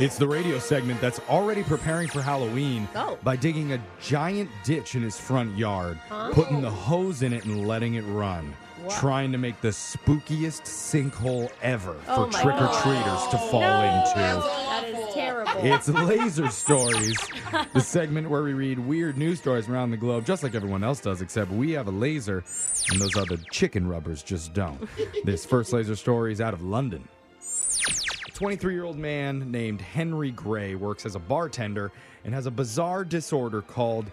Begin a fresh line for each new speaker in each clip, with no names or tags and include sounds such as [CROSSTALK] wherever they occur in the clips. It's the radio segment that's already preparing for Halloween
Oh.
by digging a giant ditch in his front yard,
Oh.
putting the hose in it, and letting it run. Trying to make the spookiest sinkhole ever
Oh
for
my
trick or treaters to fall into.
That is terrible.
It's Laser Stories, the segment where we read weird news stories around the globe, just like everyone else does, except we have a laser and those other chicken rubbers just don't. This first laser story is out of London. A 23 year old man named Henry Gray works as a bartender and has a bizarre disorder called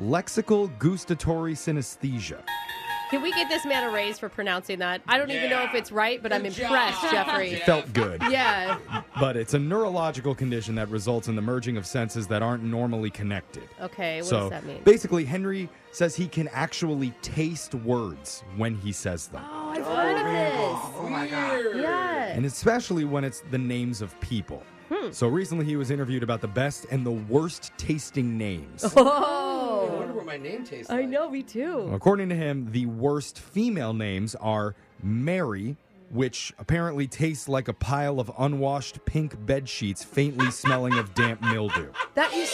lexical gustatory synesthesia.
Can we get this man a raise for pronouncing that? I don't even know if it's right, but I'm impressed, Jeffrey.
It felt good.
Yeah.
But it's a neurological condition that results in the merging of senses that aren't normally connected.
Okay, what
so
does that mean?
basically, Henry says he can actually taste words when he says them,
Oh, I've heard of
Oh my god.
this. Yeah.
and especially when it's the names of people.
Hmm.
So recently, he was interviewed about the best and the worst tasting
[LAUGHS]
names.
Oh.
I wonder what my name tastes like.
I know, me too.
According to him, the worst female names are Mary, which apparently tastes like a pile of unwashed pink bed sheets, faintly
[LAUGHS]
smelling of damp mildew.
That is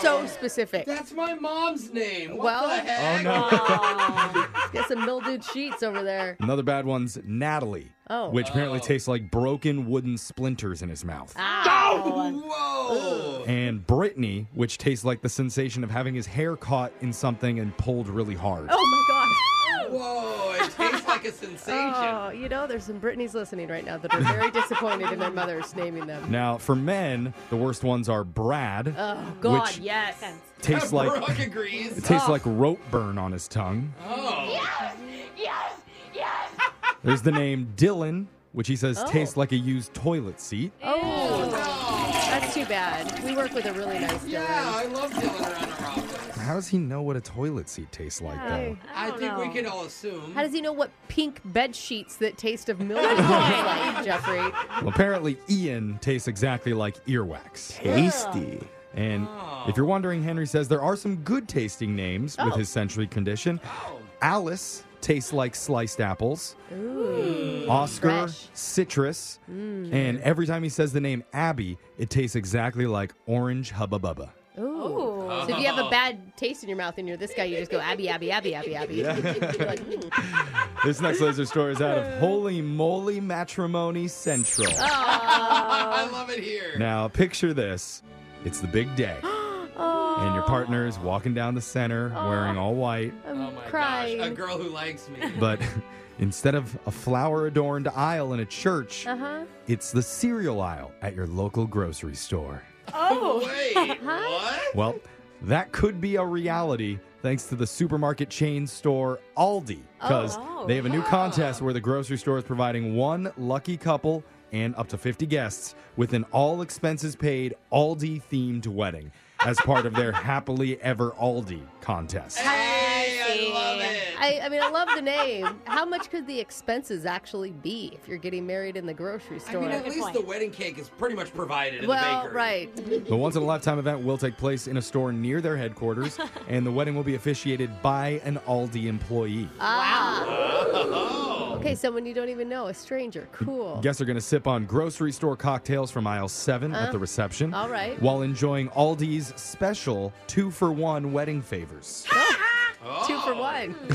so specific.
That's my mom's name. What
Well-
the heck?
Oh no!
Get some mildewed sheets over there.
Another bad one's Natalie,
Oh. Ah.
which apparently tastes like broken wooden splinters in his mouth.
Whoa.
and Brittany, which tastes like the sensation of having his hair caught in something and pulled really hard.
Oh my gosh.
Whoa. It tastes
[LAUGHS]
like a sensation.
Oh, you know, there's some Britneys listening right now that
[LAUGHS]
are very disappointed in their mothers naming them.
Now, for men, the worst ones are Brad,
Oh God, Oh.
Which-
yes.
tastes like
Brooke agrees.
it tastes like rope burn on his tongue.
Oh.
There's the name Dylan, which he says tastes like a used toilet seat.
Oh, that's too bad. We work with a really nice
Yeah,
Dylan.
I love Dylan around our office.
How does he know what a toilet seat tastes like though?
I, think we can all assume.
How does he know what pink bed sheets that taste of mildew taste like, Jeffrey?
Well, apparently Ian tastes exactly like earwax.
Tasty.
And if you're wondering, Henry says there are some good tasting names with his sensory condition. Alice tastes like sliced apples. Oscar,
Fresh.
citrus. And every time he says the name Abby, it tastes exactly like orange hubba bubba.
Ooh.
Oh.
So if you have a bad taste in your mouth and you're this guy, you just go Abby, Abby, Abby, Abby, Abby. [LAUGHS] You're like,
[LAUGHS]
mm.
This next laser story is out of Holy Moly Matrimony Central.
[LAUGHS] I love it here.
Now, picture this it's the big day. And your partner is walking down the center wearing all white.
I'm
oh my
crying.
gosh. A girl who likes me.
[LAUGHS]
But [LAUGHS] instead of a flower adorned aisle in a church,
Uh-huh.
it's the cereal aisle at your local grocery store.
Oh. [LAUGHS]
Wait, what?
Well, that could be a reality thanks to the supermarket chain store Aldi because they have a new contest where the grocery store is providing one lucky couple and up to 50 guests with an all expenses paid Aldi themed wedding as part of their happily ever Aldi contest.
Hey, I love it.
I, I mean, I love the name. How much could the expenses actually be if you're getting married in the grocery
I
store?
mean, at least the wedding cake is pretty much provided at
well,
the bakery.
right.
The once in a lifetime event will take place in a store near their headquarters, and the wedding will be officiated by an Aldi employee.
Okay, someone you don't even know, a stranger. Cool.
Guests are going to sip on grocery store cocktails from aisle seven at the reception.
all right.
While enjoying Aldi's special two for one wedding favors.
Two for one. a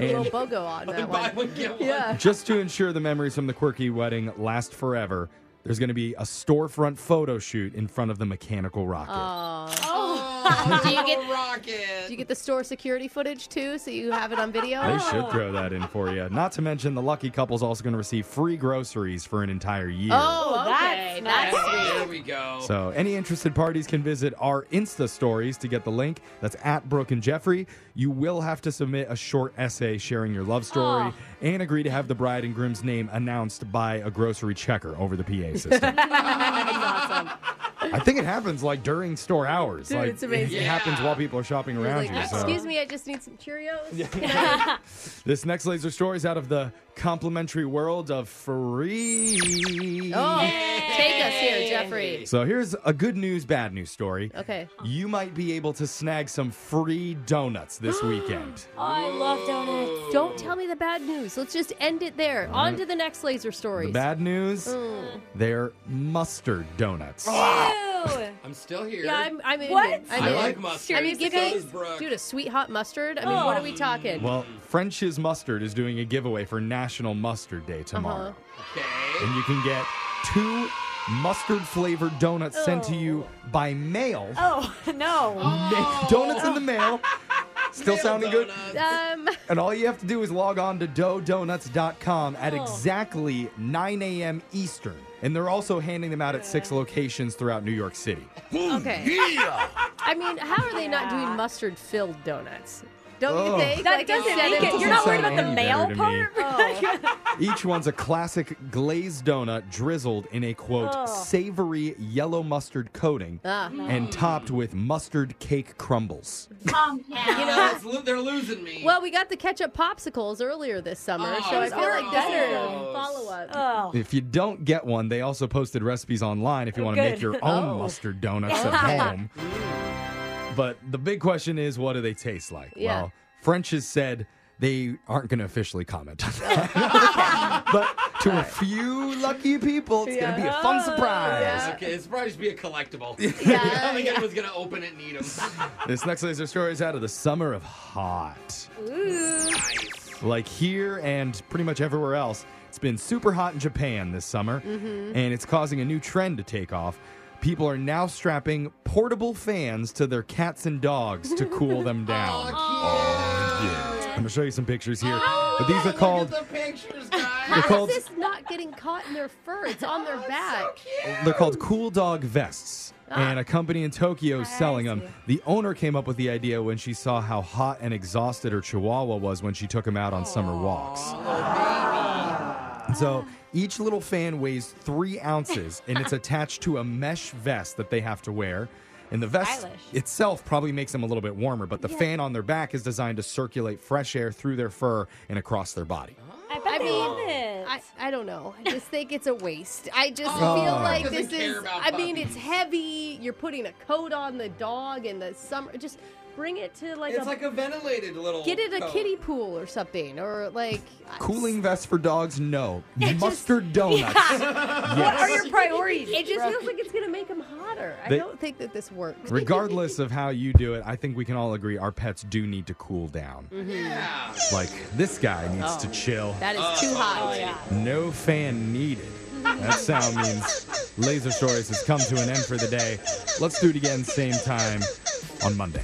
little
and
BOGO on that
Oh. [LAUGHS] Buy
one.
one, get one.
Yeah.
just to ensure the memories from the quirky wedding last forever, there's going to be a storefront photo shoot in front of the mechanical rocket.
Oh,
[LAUGHS] Do you get-
little rocket.
Do you get the store security footage too, so you have it on video?
They should throw that in for you. Not to mention, the lucky couple's also going to receive free groceries for an entire year.
Oh, okay. that's nice. [GASPS]
There we
Oh.
go.
So, any interested parties can visit our Insta stories to get the link. That's at Brooke and Jeffrey. You will have to submit a short essay sharing your love story and agree to have the bride and groom's name announced by a grocery checker over the PA
[LAUGHS]
system. I think it happens like during store hours.
Dude,
like,
it's amazing.
It happens while people are shopping around
Like,
you. so-
excuse me, I just need some Cheerios.
This next laser story is out of the complimentary world of free.
Oh,
Yay!
take us here, Jeffrey.
So here's a good news, bad news story.
Okay.
You might be able to snag some free donuts this weekend.
I love donuts.
Don't tell me the bad news. Let's just end it there. On to the next laser
Uh, The
stories.
bad news, they're mustard donuts.
Ew.
I'm still here.
yeah, I'm. I'm in.
What?
I'm
I
in.
like mustard.
I mean, give
So
me,
does Brooke.
dude, a sweet hot mustard. I mean, what are we talking?
Well, French's Mustard is doing a giveaway for National Mustard Day tomorrow.
Okay.
And you can get two mustard flavored donuts sent to you by mail.
Oh, [LAUGHS] no.
Ma- [LAUGHS] donuts in the mail. Still sounding good.
[LAUGHS]
Donuts.
um,
And all you have to do is log on to doughdonuts.com at
Oh.
exactly 9 a.m. Eastern. And they're also handing them out at six locations throughout New York City.
okay. I mean, how are they not doing mustard filled donuts? Don't
Oh.
you think?
That
Like,
doesn't
instead
make
of-
it. You're not worried
sound
about the
any
male
better to me.
part?
Each one's a classic glazed donut drizzled in a quote
Oh.
savory yellow mustard coating
Ah.
and topped with mustard cake crumbles.
You know, it's lo- they're losing me.
Well, we got the ketchup popsicles earlier this summer,
Oh,
so I
it's
feel like this is
gross.
a follow up.
Oh.
If you don't get one, they also posted recipes online if you want to
Good.
make your own
[LAUGHS] Oh.
mustard donuts at home. But the big question is what do they taste like?
Yeah.
Well, French has said they aren't going to officially comment on that.
[LAUGHS]
but to a few lucky people, it's going to be a fun
Yeah.
surprise.
Yeah.
okay, it's probably just be
[LAUGHS]
a collectible. [LAUGHS] I
Yeah.
don't think anyone's gonna open it and eat them.
This next laser story is out of the summer of hot.
Ooh.
nice.
Like here and pretty much everywhere else, it's been super hot in Japan this summer, and it's causing a new trend to take off. People are now strapping portable fans to their cats and dogs to cool
[LAUGHS]
them down.
Oh,
I'm gonna show you some pictures here, but
cute.
these are
Oh, Look at
called
the
[LAUGHS]
pictures,
How
They're
is
guys.
called-
this not getting caught in their fur? Oh, It's on their back.
They're called cool dog vests. And a company in Tokyo is selling them. The owner came up with the idea when she saw how hot and exhausted her chihuahua was when she took him out on summer walks. So each little fan weighs three ounces and it's attached to a mesh vest that they have to wear. And the vest
Stylish.
itself probably makes them a little bit warmer, but the fan on their back is designed to circulate fresh air through their fur and across their body.
I bet
I
they
mean,
love it.
I, I don't know. I just think it's a waste. I just
Oh.
feel like this
Doesn't care
is.
about
I mean,
puppies.
it's heavy. You're putting a coat on the dog in the summer. Just bring it to like
It's
a.
like a ventilated little.
get it a
coat.
kiddie pool or something, or like.
Cooling vests for dogs, no.
just-
Mustard donuts.
what
yes.
are your priorities?
It just
Brooke?
feels like it's gonna make them hotter. I
They-
don't think that this [LAUGHS] works.
Regardless of how you do it, I think we can all agree our pets do need to cool down.
Mm-hmm. Yeah.
Like this guy needs to chill.
That is too hot.
No fan needed. That sound means Laser Stories has come to an end for the day. Let's do it again, same time on Monday.